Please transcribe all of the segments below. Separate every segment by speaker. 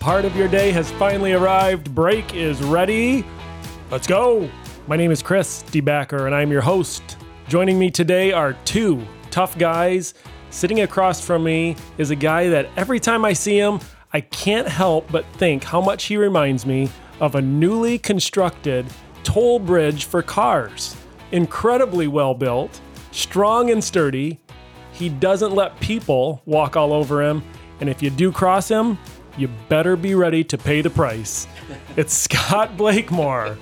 Speaker 1: part of your day has finally arrived. Break is ready. Let's go. My name is Chris DeBacker, and I'm your host. Joining me today are two tough guys. Sitting across from me is a guy that every time I see him, I can't help but think how much he reminds me of a newly constructed toll bridge for cars. Incredibly well built, strong and sturdy. He doesn't let people walk all over him, and if you do cross him, you better be ready to pay the price. It's Scott Blakemore.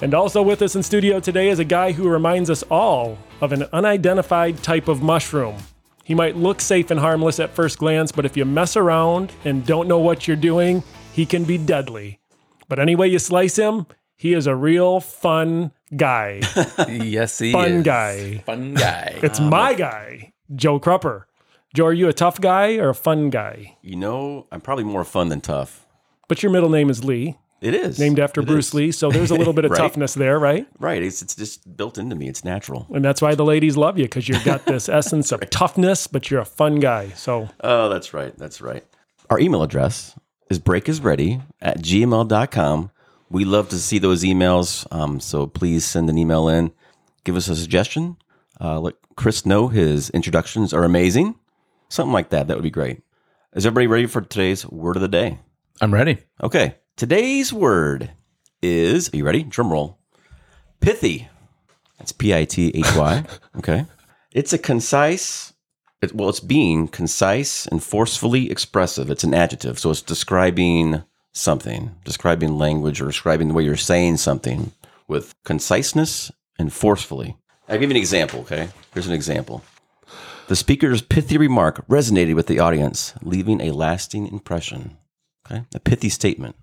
Speaker 1: And also with us in studio today is a guy who reminds us all of an unidentified type of mushroom. He might look safe and harmless at first glance, but if you mess around and don't know what you're doing, he can be deadly. But any way you slice him, he is a real fun guy.
Speaker 2: yes, he
Speaker 1: Fun
Speaker 2: is.
Speaker 1: guy.
Speaker 2: Fun guy.
Speaker 1: It's my guy, Joe Crupper. Joe, are you a tough guy or a fun guy?
Speaker 2: you know, I'm probably more fun than tough.
Speaker 1: But your middle name is Lee,
Speaker 2: It is
Speaker 1: named after
Speaker 2: It
Speaker 1: Bruce
Speaker 2: is.
Speaker 1: Lee, so there's a little bit of
Speaker 2: Right.
Speaker 1: toughness there, right?
Speaker 2: Right. It's it's just built into me. It's natural.
Speaker 1: And that's why the ladies love you because you've got this essence of toughness, but you're a fun guy. So
Speaker 2: Oh, that's right. That's right. Our email address is breakisready at gmail.com. We love to see those emails. Um, so please send an email in. Give us a suggestion. Uh, let Chris know his introductions are amazing. Something like that. That would be great. Is everybody ready for today's word of the day?
Speaker 3: I'm ready.
Speaker 2: Okay. Today's word is, are you ready? Drum roll. Pithy. That's P I T H Y. okay. It's a concise, it, well, it's being concise and forcefully expressive. It's an adjective. So it's describing something, describing language or describing the way you're saying something with conciseness and forcefully. I'll give you an example, okay? Here's an example. The speaker's pithy remark resonated with the audience, leaving a lasting impression. Okay. A pithy statement.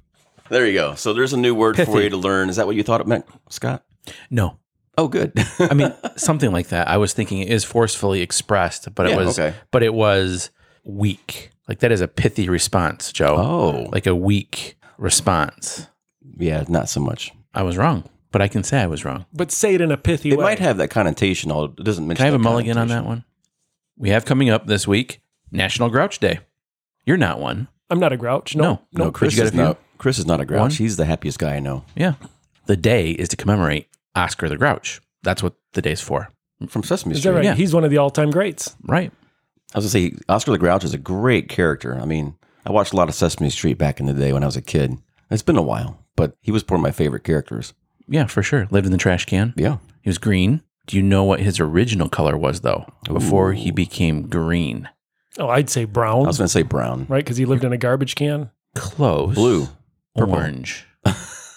Speaker 2: There you go. So there's a new word for
Speaker 3: Pithy.
Speaker 2: you to learn. Is that what you thought it meant, Scott?
Speaker 3: No,
Speaker 2: Oh, good.
Speaker 3: I mean something like that. I was thinking it is forcefully expressed, but
Speaker 2: Yeah,
Speaker 3: it was
Speaker 2: okay.
Speaker 3: but it was weak. Like that is a pithy response, Joe.
Speaker 2: oh,
Speaker 3: Like a weak response.
Speaker 2: yeah, not so much.
Speaker 3: I was wrong, but I can say I was wrong.
Speaker 1: but say it in a pithy
Speaker 2: It
Speaker 1: way.
Speaker 2: might have that connotation. Although it doesn't mention.
Speaker 3: Can I have a
Speaker 2: that
Speaker 3: mulligan on that
Speaker 2: connotation.
Speaker 3: one? We have coming up this week National Grouch Day. You're not one.
Speaker 1: I'm not a grouch. No.
Speaker 3: No.
Speaker 2: No, Chris
Speaker 3: you got
Speaker 2: is
Speaker 3: a few?
Speaker 2: not. Chris is not a grouch.
Speaker 3: One?
Speaker 2: He's the happiest guy I know.
Speaker 3: Yeah. The day is to commemorate Oscar the Grouch. That's what the day's for.
Speaker 2: From Sesame
Speaker 1: Is that
Speaker 2: Street.
Speaker 1: right?
Speaker 3: Yeah.
Speaker 1: He's one of the all time greats.
Speaker 3: Right.
Speaker 2: I was gonna say Oscar the Grouch is a great character. I mean, I watched a lot of Sesame Street back in the day when I was a kid. It's been a while, but he was one of my favorite characters.
Speaker 3: Yeah, for sure. Lived in the trash can.
Speaker 2: Yeah.
Speaker 3: He was green. Do you know what his original color was though? Before he
Speaker 2: Ooh.
Speaker 3: became green.
Speaker 1: Oh, I'd say
Speaker 2: I
Speaker 1: brown,
Speaker 2: was gonna say brown,
Speaker 1: right? Because he lived in a garbage can.
Speaker 3: Close.
Speaker 2: blue,
Speaker 1: Oh.
Speaker 2: purple.
Speaker 3: Orange.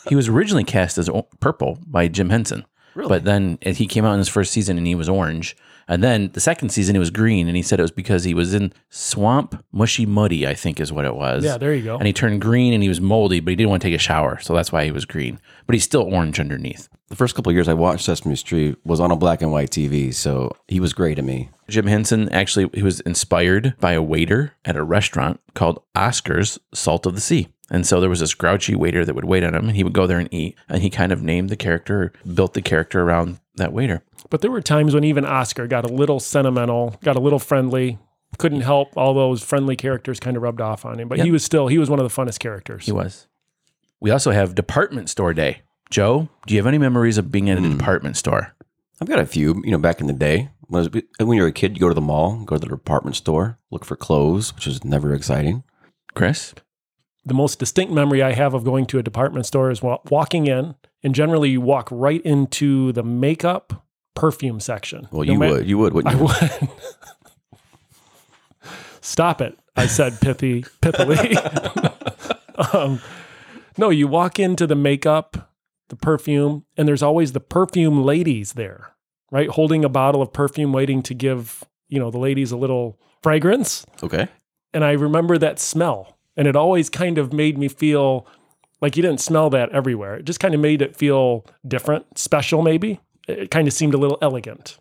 Speaker 3: he was originally cast as o- purple by Jim Henson.
Speaker 2: Really?
Speaker 3: But then it- he came out in his first season and he was orange. And then the second season he was green and he said it was because he was in swamp mushy muddy, I think is what it was.
Speaker 1: Yeah, there you go.
Speaker 3: and he turned green and he was moldy, but he didn't want to take a shower, so that's why he was green. But he's still orange underneath.
Speaker 2: the first couple of years I watched Sesame Street was on a black and white TV, so he was great to me.
Speaker 3: Jim Henson actually he was inspired by a waiter at a restaurant called Oscar's Salt of the Sea. And so there was this grouchy waiter that would wait on him and he would go there and eat. And he kind of named the character, built the character around that waiter.
Speaker 1: But there were times when even Oscar got a little sentimental, got a little friendly. Couldn't help all those friendly characters kind of rubbed off on him, but he was still he was one of the funnest characters.
Speaker 3: He was. We also have department store day. Joe, do you have any memories of being at a department store?
Speaker 2: I've got a few, you know, back in the day. When, I was, when you were a kid, you go to the mall, go to the department store, look for clothes, which was never exciting.
Speaker 3: Chris?
Speaker 1: the most distinct memory I have of going to a department store is wa- walking in, and generally you walk right into the makeup perfume section.
Speaker 2: Well,
Speaker 1: No
Speaker 2: you
Speaker 1: ma-
Speaker 2: would, you would, wouldn't
Speaker 1: I
Speaker 2: you?
Speaker 1: would. Stop it! I said pithy, pithily. um, no, you walk into the makeup, the perfume, and there's always the perfume ladies there, right? Holding a bottle of perfume, waiting to give you know the ladies a little fragrance
Speaker 2: Okay.
Speaker 1: and I remember that smell. And it always kind of made me feel like you didn't smell that everywhere. It just kind of made it feel different, special, maybe. It it kind of seemed a little elegant.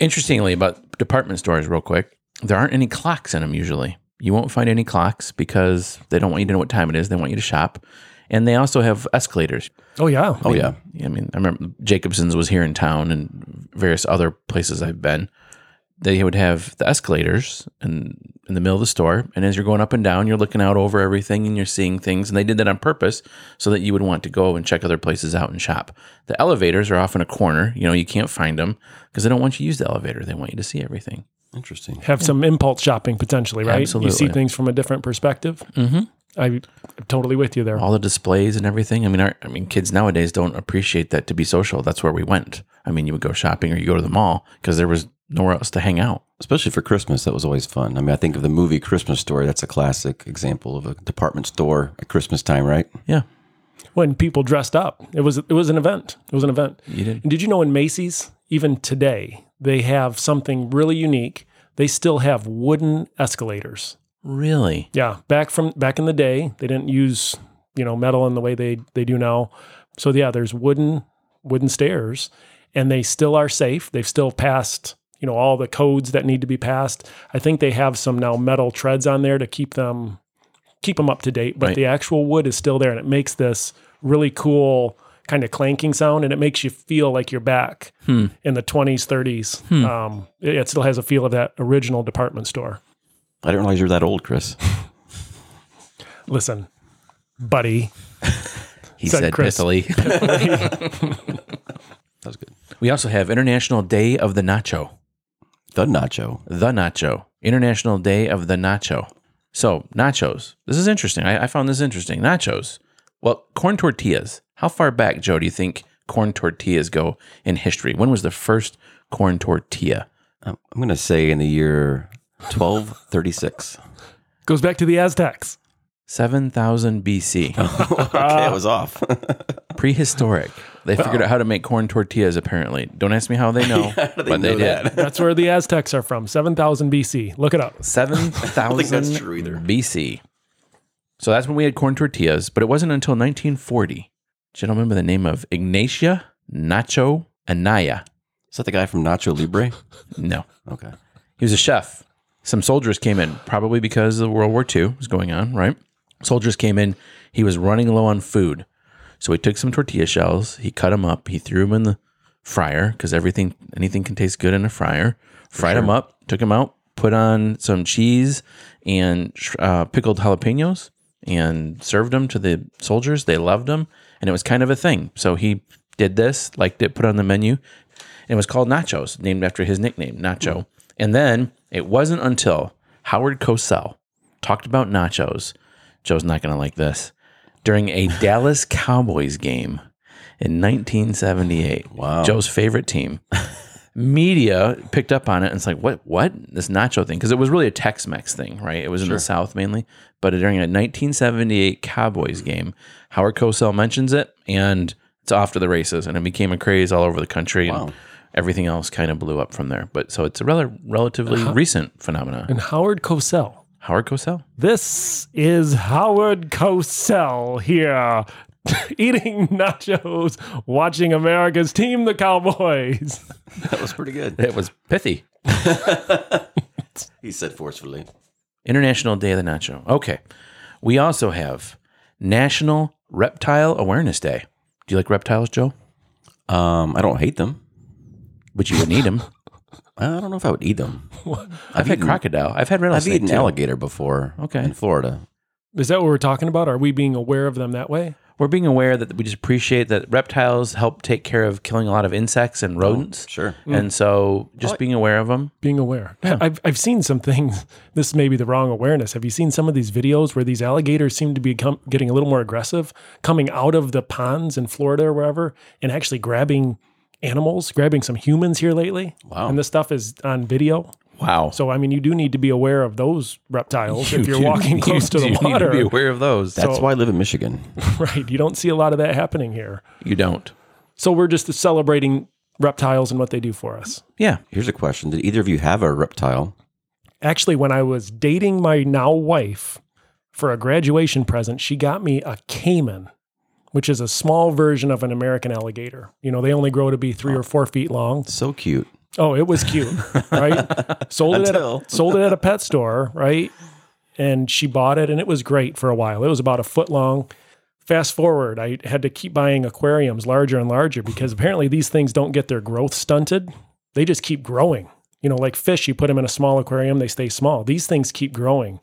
Speaker 3: Interestingly, about department stores, real quick, there aren't any clocks in them usually. You won't find any clocks because they don't want you to know what time it is. They want you to shop. And they also have escalators.
Speaker 1: Oh, yeah.
Speaker 2: Oh yeah.
Speaker 3: I mean, I remember Jacobson's was here in town and various other places I've been. they would have the escalators in, in the middle of the store. And as you're going up and down, you're looking out over everything and you're seeing things. And they did that on purpose so that you would want to go and check other places out and shop. The elevators are off in a corner. You know, you can't find them because they don't want you to use the elevator. They want you to see everything.
Speaker 2: Interesting.
Speaker 1: Have some impulse shopping potentially, right? You see
Speaker 3: Absolutely.
Speaker 1: things from a different perspective.
Speaker 3: Mm-hmm.
Speaker 1: I, I'm totally with you there.
Speaker 3: all the displays and everything. I mean, our, I mean, kids nowadays don't appreciate that to be social. That's where we went. I mean, you would go shopping or you go to the mall because there was nowhere else to hang out.
Speaker 2: Especially for Christmas, that was always fun. I mean, I think of the movie Christmas Story. That's a classic example of a department store at Christmas time, right?
Speaker 3: Yeah,
Speaker 1: When people dressed up, it was it was an event. It was an event.
Speaker 3: you did.
Speaker 1: And did you know in Macy's, even today, they have something really unique. They still have wooden escalators.
Speaker 3: Really?
Speaker 1: Yeah, back from back in the day, they didn't use you know metal in the way they they do now. So yeah, there's wooden wooden stairs, and they still are safe. They've still passed you know all the codes that need to be passed. I think they have some now metal treads on there to keep them keep them up to date, but
Speaker 3: Right.
Speaker 1: the actual wood is still there, and it makes this really cool kind of clanking sound, and it makes you feel like you're back
Speaker 3: Hmm.
Speaker 1: in the 20s, 30s. Um, it- it still has a feel of that original department store.
Speaker 2: I didn't realize you're that old, Chris.
Speaker 1: Listen, buddy.
Speaker 3: He
Speaker 1: Said
Speaker 3: said
Speaker 1: Chris.
Speaker 3: pithily.
Speaker 2: That was good.
Speaker 3: we also have International Day of the Nacho.
Speaker 2: The nacho.
Speaker 3: The Nacho. International Day of the Nacho. So, nachos. This is interesting. I, I found this interesting. Nachos. Well, corn tortillas. How far back, Joe, do you think corn tortillas go in history? When was the first corn tortilla?
Speaker 2: Um, I'm going to say in the year 1236.
Speaker 1: Goes back to the Aztecs.
Speaker 3: 7000 BC.
Speaker 2: okay, I was off.
Speaker 3: Prehistoric. They figured out how to make corn tortillas, apparently. Don't ask me how they know, but they
Speaker 2: know
Speaker 3: did.
Speaker 2: that?
Speaker 1: That's where the Aztecs are from. 7000 BC. Look it up.
Speaker 3: 7000
Speaker 2: true either.
Speaker 3: BC. So that's when we had corn tortillas, but it wasn't until 1940. Gentleman by the name of Ignacia Nacho Anaya.
Speaker 2: Is that the guy from Nacho Libre?
Speaker 3: No,
Speaker 2: Okay.
Speaker 3: he was a chef. Some soldiers came in, probably because of World War II was going on, right? Soldiers came in. He was running low on food. So he took some tortilla shells, he cut them up, he threw them in the fryer because everything, anything can taste good in a fryer. Fried them up, took them out, put on some cheese and sh- uh, pickled jalapenos, and served them to the soldiers. They loved them, and it was kind of a thing. So he did this, liked it, put it on the menu, and it was called Nachos, named after his nickname, Nacho. And then it wasn't until Howard Cosell talked about nachos. Joe's not going to like this. During a Dallas Cowboys game in 1978.
Speaker 2: Wow.
Speaker 3: Joe's favorite team. Media picked up on it and it's like, what, what? This nacho thing. Because it was really a Tex Mex thing, right? It was in the South mainly. But during a 1978 Cowboys game, Howard Cosell mentions it and it's off to the races. And it became a craze all over the country. And everything else kind of blew up from there. But so it's a rel- relatively recent phenomenon.
Speaker 1: And Howard Cosell.
Speaker 3: Howard Cosell?
Speaker 1: This is Howard Cosell here. Eating nachos, watching America's team, the Cowboys.
Speaker 2: That was pretty good.
Speaker 3: It was pithy.
Speaker 2: He said forcefully.
Speaker 3: International Day of the Nacho. Okay. We also have National Reptile Awareness Day. Do you like reptiles, Joe?
Speaker 2: Um, I don't hate them.
Speaker 3: But you would need them.
Speaker 2: I don't know if I would eat them.
Speaker 3: I've had crocodile. I've had
Speaker 2: I've
Speaker 3: rattlesnake.
Speaker 2: eaten
Speaker 3: too.
Speaker 2: alligator before.
Speaker 3: Okay.
Speaker 2: In Florida.
Speaker 1: Is that what we're talking about? Are we being aware of them that way?
Speaker 3: We're being aware that we just appreciate that reptiles help take care of killing a lot of insects and rodents.
Speaker 2: Sure.
Speaker 3: And so just being aware of them.
Speaker 1: Being aware. I've, I've seen some things. This may be the wrong awareness. Have you seen some of these videos where these alligators seem to be com- getting a little more aggressive, coming out of the ponds in Florida or wherever, and actually grabbing animals, grabbing some humans here lately?
Speaker 2: Wow.
Speaker 1: And this stuff is on video.
Speaker 3: Wow.
Speaker 1: So I mean, you do need to be aware of those reptiles if you're
Speaker 3: do-
Speaker 1: walking
Speaker 3: you
Speaker 1: close to
Speaker 3: do
Speaker 1: the
Speaker 3: Need to be
Speaker 1: water,
Speaker 3: aware of those.
Speaker 2: That's why I live in Michigan.
Speaker 1: right? You don't see a lot of that happening here.
Speaker 3: you don't.
Speaker 1: So we're just celebrating reptiles and what they do for us.
Speaker 3: Yeah.
Speaker 2: Here's a question: Did either of you have a reptile?
Speaker 1: Actually, when I was dating my now wife for a graduation present, she got me a caiman, which is a small version of an American alligator. You know, they only grow to be three or four feet long.
Speaker 2: So cute.
Speaker 1: Oh, it was cute, right? Sold it at a,
Speaker 2: Until-
Speaker 1: sold it at a pet store, right? And she bought it, and it was great for a while. It was about a foot long. Fast forward, I had to keep buying aquariums larger and larger because apparently these things don't get their growth stunted; they just keep growing. You know, like fish, you put them in a small aquarium, they stay small. These things keep growing.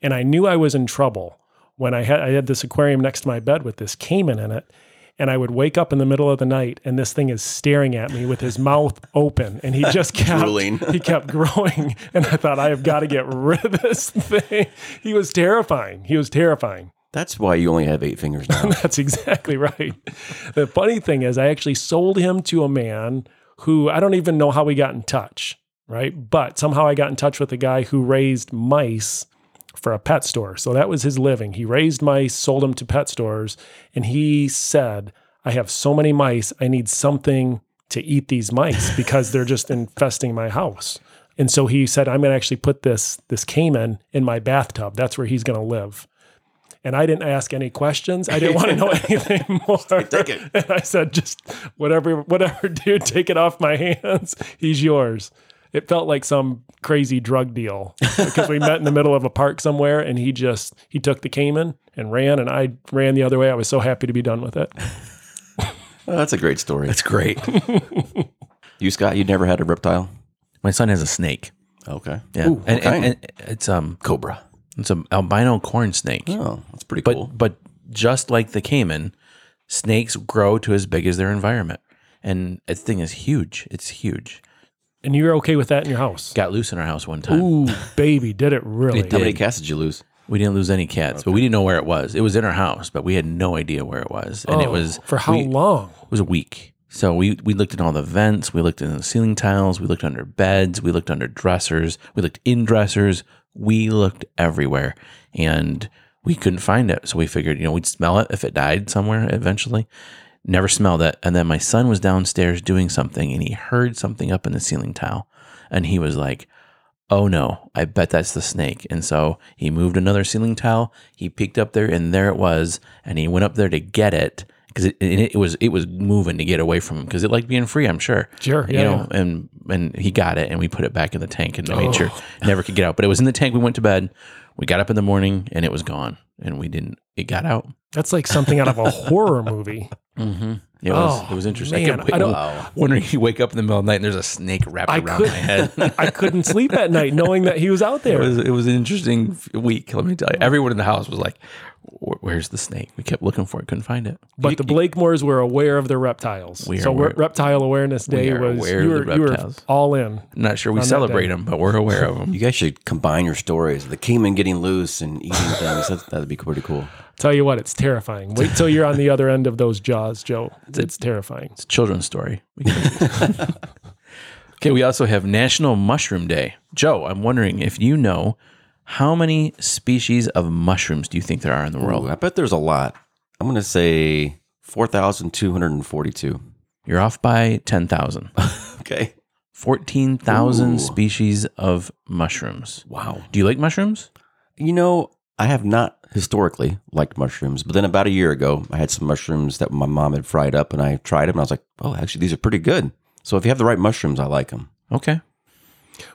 Speaker 1: And I knew I was in trouble when I had I had this aquarium next to my bed with this caiman in it. And I would wake up in the middle of the night and this thing is staring at me with his mouth open and he just kept
Speaker 2: Drooling.
Speaker 1: he kept growing. And I thought I have got to get rid of this thing. He was terrifying. He was terrifying.
Speaker 2: That's why you only have eight fingers now.
Speaker 1: That's exactly right. the funny thing is, I actually sold him to a man who I don't even know how we got in touch, right? But somehow I got in touch with a guy who raised mice for a pet store. So that was his living. He raised mice, sold them to pet stores, and he said, I have so many mice, I need something to eat these mice because they're just infesting my house. And so he said, I'm gonna actually put this this caiman in my bathtub. That's where he's gonna live. And I didn't ask any questions. I didn't want to know anything more.
Speaker 2: take it.
Speaker 1: And I said, just whatever, whatever, dude, take it off my hands. He's yours. It felt like some crazy drug deal because we met in the middle of a park somewhere and he just he took the Cayman and ran and I ran the other way. I was so happy to be done with it.
Speaker 2: Oh, that's a great story.
Speaker 3: It's great.
Speaker 2: You, Scott, you never had a reptile?
Speaker 3: My son has a snake.
Speaker 2: Okay.
Speaker 3: Yeah,
Speaker 2: Ooh,
Speaker 3: and,
Speaker 2: okay.
Speaker 3: and, and it's um
Speaker 2: Cobra.
Speaker 3: it's an albino corn snake.
Speaker 2: Oh, that's pretty
Speaker 3: But
Speaker 2: cool.
Speaker 3: but just like the caiman, snakes grow to as big as their environment, and that thing is huge. It's huge.
Speaker 1: And you're okay with that in your house.
Speaker 3: Got loose in our house one time.
Speaker 1: Ooh, baby, did it really.
Speaker 2: How many cats did you lose?
Speaker 3: We didn't lose any cats, but we didn't know where it was. It was in our house, but we had no idea where it was, and it
Speaker 1: Oh,
Speaker 3: was
Speaker 1: for how
Speaker 3: we-
Speaker 1: long?
Speaker 3: It was a week. So we we looked in all the vents, we looked in the ceiling tiles, we looked under beds, we looked under dressers, we looked in dressers, we looked everywhere, and we couldn't find it. So we figured, you know, we'd smell it if it died somewhere eventually. Never smelled it. And then my son was downstairs doing something, and he heard something up in the ceiling tile, and he was like, oh no, I bet that's the snake. And so he moved another ceiling tile. He peeked up there, and there it was. And he went up there to get it because it, and it was it was moving to get away from him because it liked being free. I'm sure.
Speaker 1: Sure,
Speaker 3: You
Speaker 1: yeah,
Speaker 3: know, and and he got it, and we put it back in the tank and made sure
Speaker 1: Oh.
Speaker 3: it never could get out. But it was in the tank. We went to bed. We got up in the morning, and it was gone. And we didn't. It got out.
Speaker 1: That's like something out of a horror movie.
Speaker 3: Mm-hmm. It was.
Speaker 1: Oh,
Speaker 3: it was interesting.
Speaker 1: man,
Speaker 3: I kept
Speaker 1: I don't-
Speaker 3: wa- wondering. You wake up in the middle of the night, and there's a snake wrapped
Speaker 1: I
Speaker 3: around
Speaker 1: could-
Speaker 3: my head.
Speaker 1: I couldn't sleep at night knowing that he was out there.
Speaker 3: It was it was an interesting f- week. Let me tell you, everyone in the house was like, "Where- "Where's the snake?" We kept looking for it, couldn't find it.
Speaker 1: But the Blakemores were aware of their reptiles.
Speaker 3: We are
Speaker 1: so
Speaker 3: aware-
Speaker 1: Re- Reptile Awareness Day
Speaker 3: are
Speaker 1: was
Speaker 3: aware
Speaker 1: you
Speaker 3: of
Speaker 1: were,
Speaker 3: the
Speaker 1: you were
Speaker 3: reptiles.
Speaker 1: all in.
Speaker 3: I'm not sure we
Speaker 1: that
Speaker 3: celebrate
Speaker 1: day.
Speaker 3: them, but we're aware of them.
Speaker 2: You guys should combine your stories. The caiman getting loose and eating things. That, that'd be pretty cool.
Speaker 1: Tell you what, it's terrifying. Wait till you're on the other end of those jaws, Joe. It's terrifying.
Speaker 3: It's a children's story. We can- okay, we also have National Mushroom Day. Joe, I'm wondering if you know how many species of mushrooms do you think there are in the world?
Speaker 2: Ooh, I bet there's a lot. I'm going to say 4,242.
Speaker 3: You're off by ten thousand.
Speaker 2: Okay.
Speaker 3: Fourteen thousand
Speaker 2: Ooh.
Speaker 3: species of mushrooms.
Speaker 2: Wow.
Speaker 3: Do you like mushrooms?
Speaker 2: You know, I have not historically liked mushrooms, but then about a year ago, I had some mushrooms that my mom had fried up and I tried them and I was like, oh, actually, these are pretty good. So if you have the right mushrooms, I like them.
Speaker 3: Okay.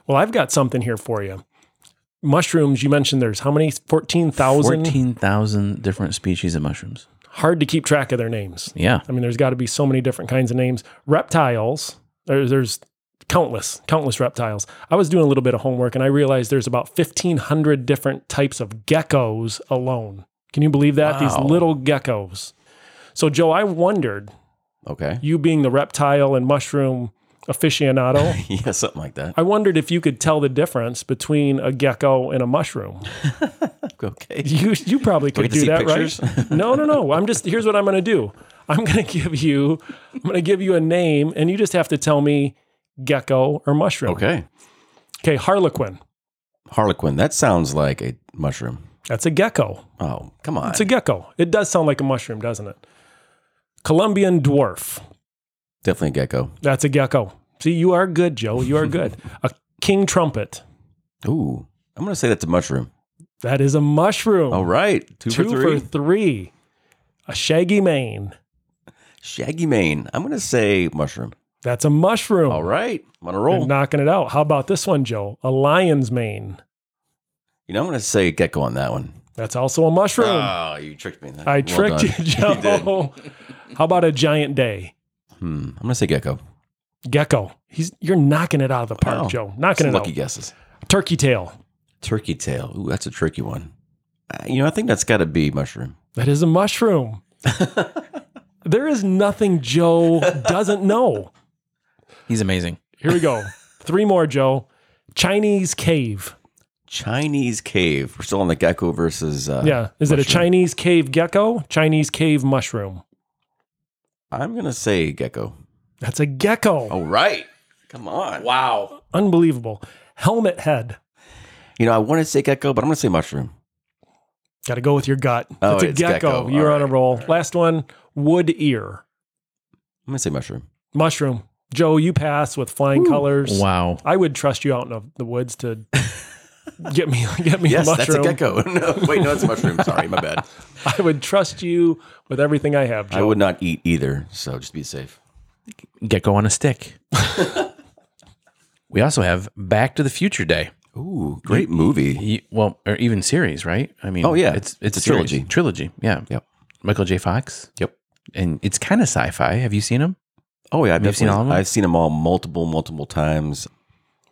Speaker 1: Well, I've got something here for you. Mushrooms, you mentioned there's how many? 14,000?
Speaker 3: 14,000 different species of mushrooms.
Speaker 1: Hard to keep track of their names.
Speaker 3: Yeah.
Speaker 1: I mean, there's got to be so many different kinds of names. Reptiles, there, there's countless, countless reptiles. I was doing a little bit of homework and I realized there's about 1,500 different types of geckos alone. Can you believe that? These
Speaker 3: Wow.
Speaker 1: little geckos. So, Joe, I wondered,
Speaker 2: Okay.
Speaker 1: you being the reptile and mushroom aficionado,
Speaker 2: yeah, something like that.
Speaker 1: I wondered if you could tell the difference between a gecko and a mushroom.
Speaker 2: Okay.
Speaker 1: You you probably
Speaker 2: Do I
Speaker 1: could
Speaker 2: get to
Speaker 1: do
Speaker 2: see
Speaker 1: that, right? No, no, no. I'm just here's what I'm gonna do. I'm gonna give you I'm gonna give you a name, and you just have to tell me gecko or mushroom.
Speaker 2: Okay.
Speaker 1: Okay, harlequin.
Speaker 2: Harlequin, that sounds like a mushroom.
Speaker 1: That's a gecko.
Speaker 2: Oh, come on.
Speaker 1: It's a gecko. It does sound like a mushroom, doesn't it? Colombian dwarf.
Speaker 2: Definitely a gecko.
Speaker 1: That's a gecko. See, you are good, Joe. You are good. a king trumpet.
Speaker 2: Ooh. I'm going to say that's a mushroom.
Speaker 1: That is a mushroom.
Speaker 2: All right. Oh, Two,
Speaker 1: Oh. Two
Speaker 2: for three.
Speaker 1: three. A shaggy mane.
Speaker 2: Shaggy mane. I'm going to say mushroom.
Speaker 1: That's a mushroom.
Speaker 2: All right. I'm on a
Speaker 1: You're
Speaker 2: roll.
Speaker 1: knocking it out. How about this one, Joe? A lion's mane.
Speaker 2: You know, I'm going to say gecko on that one.
Speaker 1: That's also a mushroom.
Speaker 2: Oh, you tricked me.
Speaker 1: I
Speaker 2: Well
Speaker 1: tricked
Speaker 2: done.
Speaker 1: you, Joe. How about a giant day?
Speaker 2: Hmm. I'm going to say gecko.
Speaker 1: Gecko. He's you're knocking it out of the park,
Speaker 2: Wow.
Speaker 1: Joe. Knocking
Speaker 2: Some
Speaker 1: it
Speaker 2: lucky
Speaker 1: out.
Speaker 2: guesses.
Speaker 1: Turkey tail.
Speaker 2: Turkey tail. Ooh, that's a tricky one. Uh, you know, I think that's got to be mushroom.
Speaker 1: That is a mushroom. there is nothing Joe doesn't know.
Speaker 3: He's amazing.
Speaker 1: Here we go. Three more, Joe. Chinese cave.
Speaker 2: Chinese cave. We're still on the gecko versus. Uh,
Speaker 1: yeah. Is it a
Speaker 2: mushroom.
Speaker 1: Chinese cave gecko? Chinese cave mushroom.
Speaker 2: I'm gonna say gecko.
Speaker 1: That's a gecko.
Speaker 2: All right. Come on. Wow.
Speaker 1: Unbelievable. Helmet head.
Speaker 2: You know, I want to say gecko, but I'm gonna say mushroom.
Speaker 1: Got to go with your gut.
Speaker 2: Oh,
Speaker 1: That's a
Speaker 2: it's
Speaker 1: gecko.
Speaker 2: gecko.
Speaker 1: You're
Speaker 2: All
Speaker 1: on a
Speaker 2: right.
Speaker 1: roll. Last one. Wood ear.
Speaker 2: I'm gonna say mushroom.
Speaker 1: Mushroom. Joe, you pass with flying colors.
Speaker 3: Wow.
Speaker 1: I would trust you out in the, the woods to get me get me
Speaker 2: Yes,
Speaker 1: a mushroom.
Speaker 2: that's a gecko. No, wait, no, it's a mushroom. Sorry, my bad.
Speaker 1: I would trust you with everything I have, Joe.
Speaker 2: I would not eat either, so just be safe.
Speaker 3: Gecko on a stick. we also have Back to the Future Day.
Speaker 2: Ooh, great movie.
Speaker 3: You- well, or even series, right? I mean,
Speaker 2: Oh, yeah.
Speaker 3: it's
Speaker 2: It's
Speaker 3: it's, a
Speaker 2: a
Speaker 3: series.
Speaker 2: trilogy.
Speaker 3: Trilogy, yeah.
Speaker 2: Yep.
Speaker 3: Michael J. Fox.
Speaker 2: Yep.
Speaker 3: And it's kind of sci-fi. Have you seen him?
Speaker 2: Oh yeah, I've
Speaker 3: You've seen
Speaker 2: definitely-
Speaker 3: all of them?
Speaker 2: I've seen them all multiple, multiple times.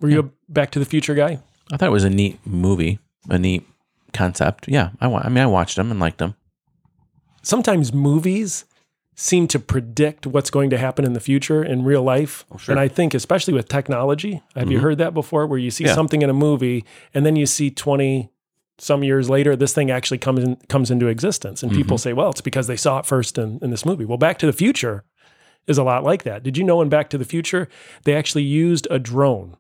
Speaker 1: Were you a Back to the Future guy?
Speaker 3: I thought it was a neat movie, a neat concept. Yeah, I, wa- I mean, I watched them and liked them.
Speaker 1: Sometimes movies seem to predict what's going to happen in the future in real life.
Speaker 2: Oh, sure. Mm-hmm.
Speaker 1: And I think especially with technology, have you heard that before where you see
Speaker 2: Yeah.
Speaker 1: something in a movie and then you see 20 some years later this thing actually comes in, comes into existence and people
Speaker 2: Mm-hmm.
Speaker 1: say, "Well, it's because they saw it first in, in this movie." Well, Back to the Future is a lot like that. Did you know in Back to the Future they actually used a drone?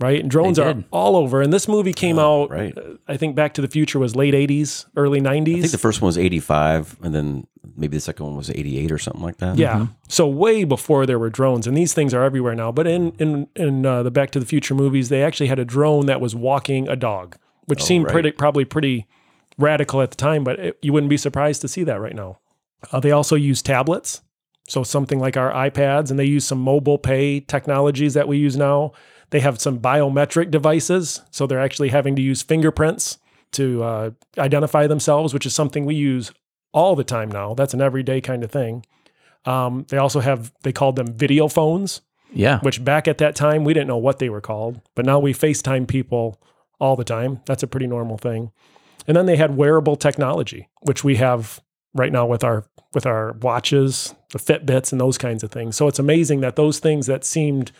Speaker 1: Right? And drones are
Speaker 3: did.
Speaker 1: all over. And this movie came out
Speaker 2: Ah, right.
Speaker 1: uh, I think Back to the Future was late 80s, early 90s.
Speaker 2: I think the first one was 85, and then maybe the second one was 88 or something like that. Mm-hmm.
Speaker 1: Yeah. So way before there were drones, and these things are everywhere now. But in in in uh, the Back to the Future movies, they actually had a drone that was walking a dog, which seemed
Speaker 2: right.
Speaker 1: pretty probably pretty radical at the time. But it, you wouldn't be surprised to see that right now. Uh, they also use tablets, so something like our iPads, and they use some mobile pay technologies that we use now. They have some biometric devices, so they're actually having to use fingerprints to uh, identify themselves, which is something we use all the time now. That's an everyday kind of thing. Um, they also have they called them video phones,
Speaker 3: Yeah.
Speaker 1: which back at that time we didn't know what they were called, but now we FaceTime people all the time. That's a pretty normal thing. And then they had wearable technology, which we have right now with our with our watches, the Fitbits, and those kinds of things. So it's amazing that those things that seemed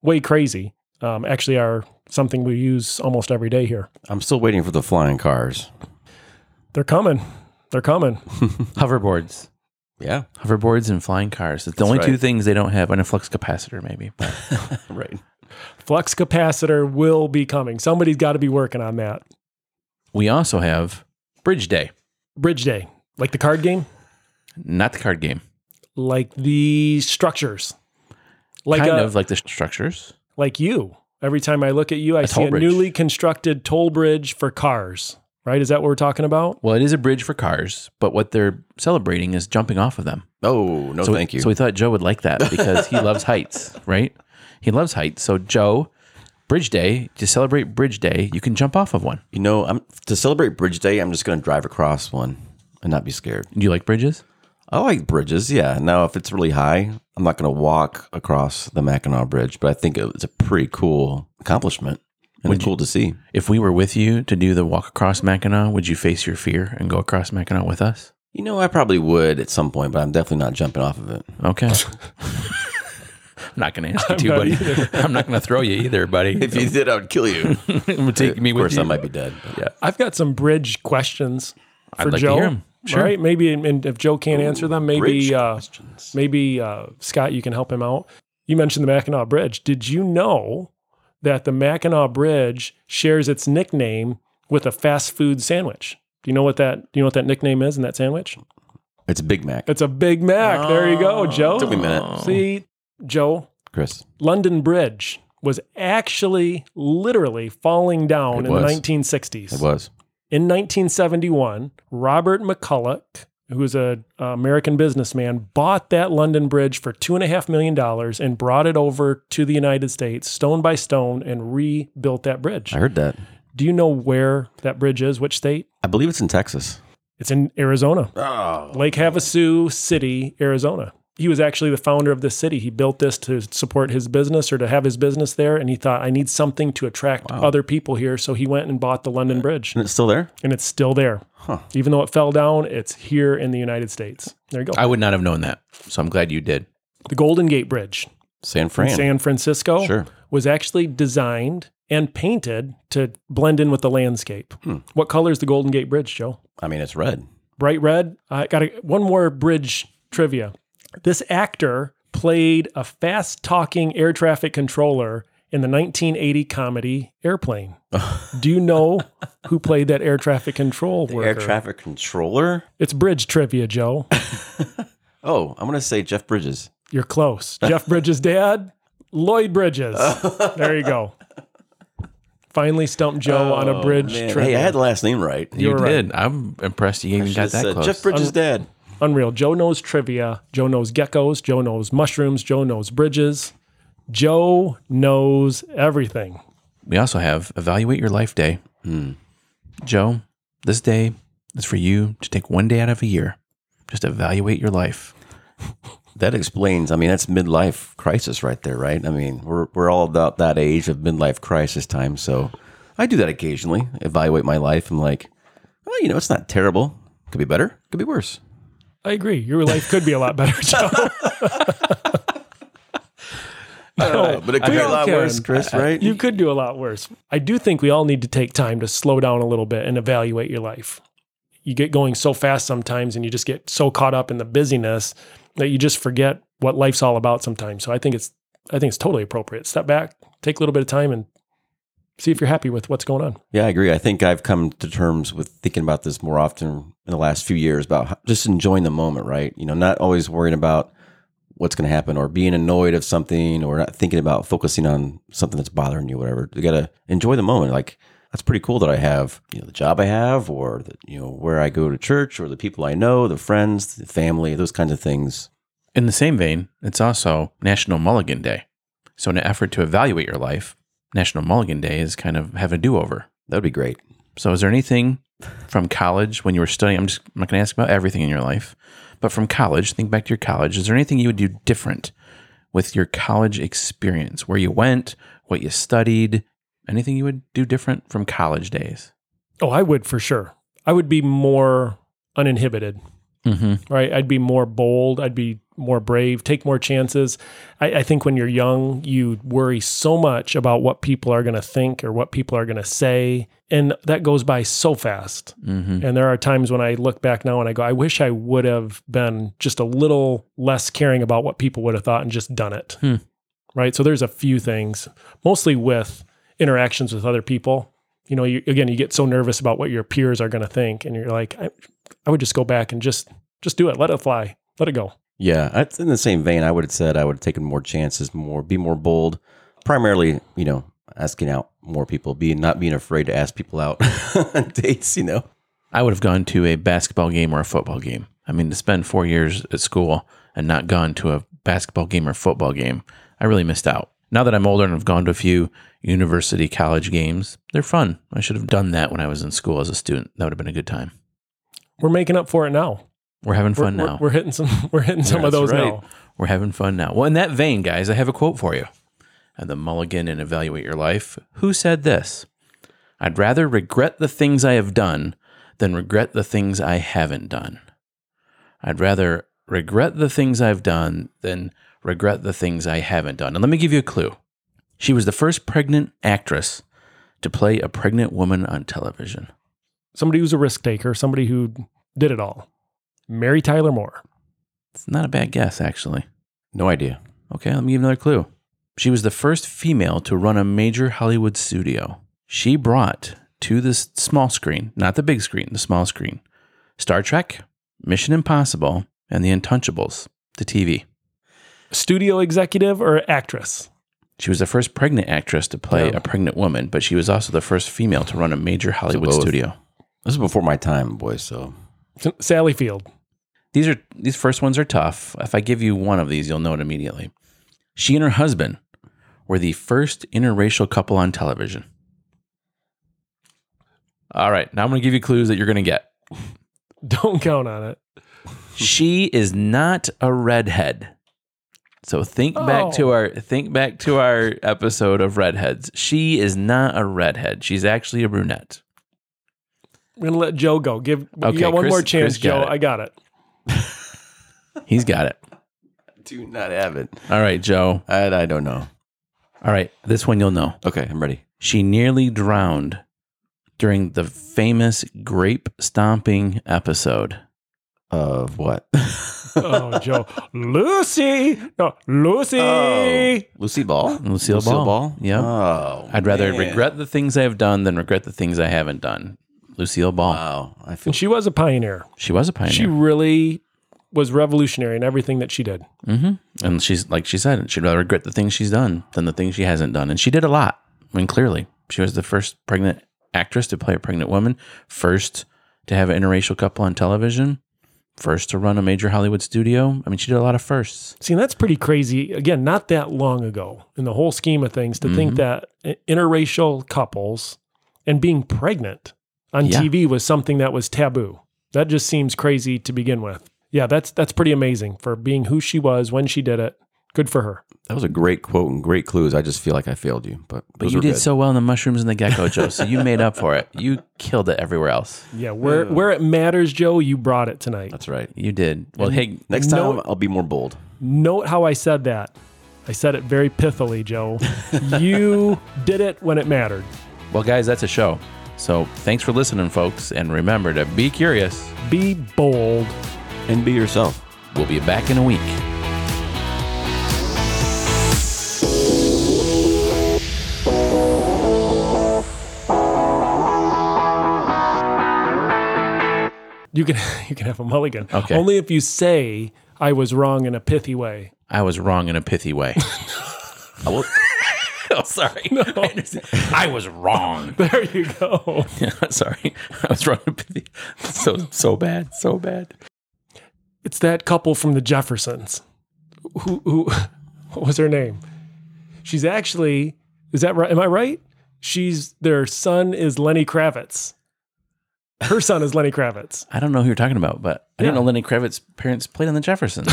Speaker 1: way crazy um, actually are something we use almost every day here.
Speaker 2: I'm still waiting for the flying cars.
Speaker 1: They're coming. They're coming.
Speaker 3: Hoverboards.
Speaker 2: Yeah,
Speaker 3: Hoverboards and flying cars. It's the only
Speaker 2: right.
Speaker 3: two things they don't have, and a flux capacitor, maybe. But
Speaker 2: right.
Speaker 1: Flux capacitor will be coming. Somebody's got to be working on that.
Speaker 3: we also have Bridge Day,
Speaker 1: Bridge Day, like the card game,
Speaker 3: not the card game.
Speaker 1: like the structures, like
Speaker 3: kind
Speaker 1: a,
Speaker 3: of like uh, the structures.
Speaker 1: like you. Every time I look at you, I see
Speaker 3: toll
Speaker 1: a
Speaker 3: bridge.
Speaker 1: newly constructed toll bridge for cars. Right? Is that what we're talking about?
Speaker 3: Well, it is a bridge for cars, but what they're celebrating is jumping off of them.
Speaker 2: Oh no,
Speaker 3: so
Speaker 2: thank you.
Speaker 3: So we thought Joe would like that because he loves heights, right? He loves heights. So Joe, Bridge Day, to celebrate Bridge Day, you can jump off of one.
Speaker 2: you know, I'm to celebrate Bridge Day. I'm just gonna drive across one and not be scared.
Speaker 3: Do you like bridges?
Speaker 2: I like bridges. Yeah. Now, if it's really high, I'm not gonna walk across the Mackinac Bridge, but I think it's a pretty cool accomplishment and it's cool to see.
Speaker 3: If we were with you to do the walk across Mackinac, would you face your fear and go across Mackinac with us?
Speaker 2: You know, I probably would at some point, but I'm definitely not jumping off of it.
Speaker 3: Okay. I'm not going to ask you to, buddy. I'm not going to throw you either, buddy.
Speaker 2: If you did, I would kill you. of
Speaker 3: it would take me with
Speaker 2: course, I
Speaker 3: you.
Speaker 2: might be dead. but yeah.
Speaker 1: I've got some bridge questions for
Speaker 3: like to
Speaker 1: Joe.
Speaker 3: hear 'em. Sure.
Speaker 1: Right? Maybe, and if Joe can't answer them,
Speaker 2: Bridge
Speaker 1: maybe uh,
Speaker 2: questions.
Speaker 1: maybe uh, Scott, you can help him out. You mentioned the Mackinac Bridge. Did you know that the Mackinac Bridge shares its nickname with a fast food sandwich? Do you know what that? Do you know what that nickname is in that sandwich?
Speaker 2: It's Big Mac.
Speaker 1: It's a Big Mac. there you go, Joe.
Speaker 2: Oh. Took me a minute,
Speaker 1: See, Joe,
Speaker 2: Chris.
Speaker 1: London Bridge was actually literally falling down
Speaker 2: It
Speaker 1: in
Speaker 2: was.
Speaker 1: the 1960s.
Speaker 2: It was.
Speaker 1: In 1971, Robert McCulloch, who was an American businessman, bought that London Bridge for $2.5 million and brought it over to the United States stone by stone and rebuilt that bridge.
Speaker 2: I heard that.
Speaker 1: Do you know where that bridge is? Which state?
Speaker 2: I believe it's in Texas.
Speaker 1: It's in Arizona,
Speaker 2: Oh.
Speaker 1: Lake Havasu City, Arizona. he was actually the founder of this city. He built this to support his business or to have his business there. And he thought, I need something to attract other people here. So he went and bought the London Bridge.
Speaker 2: And it's still there?
Speaker 1: And it's still there. Even though it fell down, it's here in the United States. There you go.
Speaker 3: I would not have known that. So I'm glad you did.
Speaker 1: the Golden Gate Bridge
Speaker 2: San
Speaker 1: in
Speaker 2: Fran.
Speaker 1: San Francisco
Speaker 2: Sure.
Speaker 1: was actually designed and painted to blend in with the landscape. What color is the Golden Gate Bridge, Joe?
Speaker 2: I mean, it's red.
Speaker 1: bright red. I got a, one more bridge trivia. This actor played a fast talking air traffic controller in the 1980 comedy Airplane. Do you know who played that air traffic control worker?
Speaker 2: Air traffic controller?
Speaker 1: it's bridge trivia, Joe.
Speaker 2: Oh, I'm going to say Jeff Bridges.
Speaker 1: You're close. Jeff Bridges' dad, Lloyd Bridges. there you go. Finally stumped Joe on a bridge
Speaker 2: Oh, Man,
Speaker 1: trivia.
Speaker 2: hey, I had the last name right.
Speaker 3: You,
Speaker 1: were right.
Speaker 3: did. I'm impressed you even got
Speaker 2: Just
Speaker 3: that
Speaker 2: said
Speaker 3: close.
Speaker 2: Jeff
Speaker 1: Um,
Speaker 2: Bridges' dad.
Speaker 1: Unreal. Joe knows trivia. Joe knows geckos. Joe knows mushrooms. Joe knows bridges. Joe knows everything.
Speaker 3: we also have Evaluate Your Life Day. Joe, this day is for you to take one day out of a year. Just evaluate your life.
Speaker 2: That explains. I mean, that's midlife crisis right there, right? I mean, we're we're all about that age of midlife crisis time. So, I do that occasionally. Evaluate my life. I'm like, well, you know, it's not terrible. Could be better. Could be worse.
Speaker 1: I agree. Your life could be a lot better, Joe.
Speaker 2: Uh, but it could
Speaker 1: we
Speaker 2: be a
Speaker 1: all
Speaker 2: lot
Speaker 1: can.
Speaker 2: worse, Chris. Right?
Speaker 1: You could do a lot worse. I do think we all need to take time to slow down a little bit and evaluate your life. You get going so fast sometimes and you just get so caught up in the busyness that you just forget what life's all about sometimes. So I think it's I think it's totally appropriate. Step back, take a little bit of time and see if you're happy with what's going on.
Speaker 2: Yeah, I agree. I think I've come to terms with thinking about this more often in the last few years about how- just enjoying the moment, right? You know, not always worrying about what's going to happen or being annoyed of something or not thinking about focusing on something that's bothering you, whatever. You got to enjoy the moment. Like, that's pretty cool that I have, you know, the job I have or, the, you know, where I go to church or the people I know, the friends, the family, those kinds of things.
Speaker 3: In the same vein, it's also National Mulligan Day. So, in an effort to evaluate your life, National Mulligan Day is kind of have a do over.
Speaker 2: That would be great.
Speaker 3: So, is there anything from college when you were studying? I'm just I'm not going to ask about everything in your life, but from college, think back to your college. Is there anything you would do different with your college experience, where you went, what you studied, anything you would do different from college days?
Speaker 1: Oh, I would for sure. I would be more uninhibited,
Speaker 3: Mm-hmm.
Speaker 1: right? I'd be more bold. I'd be more brave, take more chances. I, I think when you're young, you worry so much about what people are going to think or what people are going to say. And that goes by so fast.
Speaker 3: Mm-hmm.
Speaker 1: And there are times when I look back now and I go, I wish I would have been just a little less caring about what people would have thought and just done it.
Speaker 3: Hmm.
Speaker 1: Right. So there's a few things, mostly with interactions with other people. You know, you, again, you get so nervous about what your peers are going to think, and you're like, I, I would just go back and just just do it. Let it fly. Let it go.
Speaker 2: Yeah, that's in the same vein. I would have said I would have taken more chances, more be more bold. Primarily, you know, asking out more people, being not being afraid to ask people out on dates. You know,
Speaker 3: I would have gone to a basketball game or a football game. I mean, to spend four years at school and not gone to a basketball game or football game, I really missed out. Now that I'm older and I've gone to a few university college games, they're fun. I should have done that when I was in school as a student. That would have been a good time.
Speaker 1: We're making up for it now.
Speaker 3: We're having
Speaker 1: We're,
Speaker 3: fun
Speaker 1: we're-
Speaker 3: now.
Speaker 1: We're, hitting some. We're hitting some of
Speaker 2: That's
Speaker 1: those
Speaker 2: right.
Speaker 1: now.
Speaker 3: We're having fun now. Well, in that vein, guys, I have a quote for you. And the mulligan and evaluate your life. Who said this? I'd rather regret the things I have done than regret the things I haven't done. I'd rather regret the things I've done than regret the things I haven't done. And let me give you a clue. She was the first pregnant actress to play a pregnant woman on television.
Speaker 1: Somebody who's a risk taker. Somebody who did it all. Mary Tyler Moore.
Speaker 3: It's not a bad guess, actually.
Speaker 2: no idea.
Speaker 3: Okay, let me give you another clue. She was the first female to run a major Hollywood studio. She brought to the s- small screen, not the big screen, the small screen, Star Trek, Mission Impossible, and The Untouchables to TV.
Speaker 1: Studio executive or actress.
Speaker 3: She was the first pregnant actress to play
Speaker 1: Yeah.
Speaker 3: a pregnant woman, but she was also the first female to run a major Hollywood
Speaker 2: both.
Speaker 3: studio.
Speaker 2: This is before my time, boys. So
Speaker 1: Sally Field.
Speaker 3: These are these first ones are tough. If I give you one of these, you'll know it immediately. She and her husband were the first interracial couple on television. All right, now I'm going to give you clues that you're going to get.
Speaker 1: Don't count on it.
Speaker 3: she is not a redhead. So think back to
Speaker 1: Oh.
Speaker 3: our think back to our episode of redheads. She is not a redhead. She's actually a brunette.
Speaker 1: I'm gonna let Joe go. Give
Speaker 3: Okay,
Speaker 1: you got one
Speaker 3: Chris-
Speaker 1: more chance,
Speaker 3: Chris
Speaker 1: Joe.
Speaker 3: got it.
Speaker 1: I got it.
Speaker 3: He's got it.
Speaker 2: Do not have it.
Speaker 3: All right, Joe.
Speaker 2: I, I don't know.
Speaker 3: All right, this one you'll know.
Speaker 2: Okay, I'm ready.
Speaker 3: She nearly drowned during the famous grape stomping episode.
Speaker 2: Of what?
Speaker 1: Oh, Joe, Lucy, no, Lucy.
Speaker 2: Oh, Lucy Ball.
Speaker 3: Lucille Ball. Yep.
Speaker 2: Oh,
Speaker 3: I'd rather
Speaker 2: man.
Speaker 3: regret the things I have done than regret the things I haven't done. Lucille Ball.
Speaker 2: Wow. I feel
Speaker 1: And she was a pioneer.
Speaker 3: she was a pioneer.
Speaker 1: She really was revolutionary in everything that she did.
Speaker 3: hmm And she's like she said, she'd rather regret the things she's done than the things she hasn't done. And she did a lot. I mean, clearly, she was the first pregnant actress to play a pregnant woman, first to have an interracial couple on television, first to run a major Hollywood studio. I mean, she did a lot of firsts.
Speaker 1: See, and that's pretty crazy. Again, not that long ago in the whole scheme of things to think that interracial couples and being pregnant on
Speaker 3: Yeah.
Speaker 1: TV was something that was taboo. That just seems crazy to begin with. Yeah, that's that's pretty amazing for being who she was when she did it. Good for her.
Speaker 2: that was a great quote and great clues. I just feel like I failed you, but
Speaker 3: But you did so well in the mushrooms and the gecko, Joe. So you made up for it. You killed it everywhere else.
Speaker 1: Yeah, where where it matters, Joe, you brought it tonight.
Speaker 2: That's right.
Speaker 3: You did. Well, hey,
Speaker 2: Next
Speaker 1: No-
Speaker 2: time I'll be more bold.
Speaker 1: Note how I said that. I said it very pithily, Joe. you did it when it mattered.
Speaker 3: well, guys, that's a show. So thanks for listening, folks, and remember to be curious.
Speaker 1: Be bold.
Speaker 2: And be yourself.
Speaker 3: We'll be back in a week.
Speaker 1: You can you can have a mulligan.
Speaker 3: Okay.
Speaker 1: Only if you say I was wrong in a pithy way.
Speaker 3: I was wrong in a pithy way. I will- oh, sorry. I, understand. I was wrong.
Speaker 1: There you go.
Speaker 3: sorry. I was wrong in a pithy. So so bad. So bad.
Speaker 1: It's that couple from the Jeffersons. Who who what was her name? She's actually is that right? Am I right? She's their son is Lenny Kravitz. Her son is Lenny Kravitz.
Speaker 3: I don't know who you're talking about, but I didn't
Speaker 1: Yeah.
Speaker 3: know Lenny Kravitz's parents played on the Jeffersons.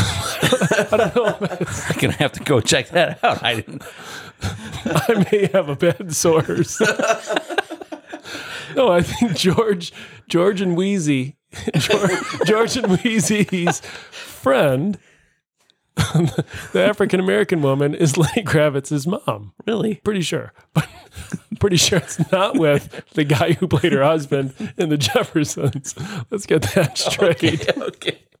Speaker 3: I'm gonna have to go check that out. I didn't.
Speaker 1: I may have a bad source. no, I think George, George and Wheezy, George, George and Wheezy's friend, the African American woman, is Lenny Kravitz's mom.
Speaker 3: Really?
Speaker 1: Pretty sure, but pretty sure it's not with the guy who played her husband in The Jeffersons. Let's get that straight.
Speaker 3: okay.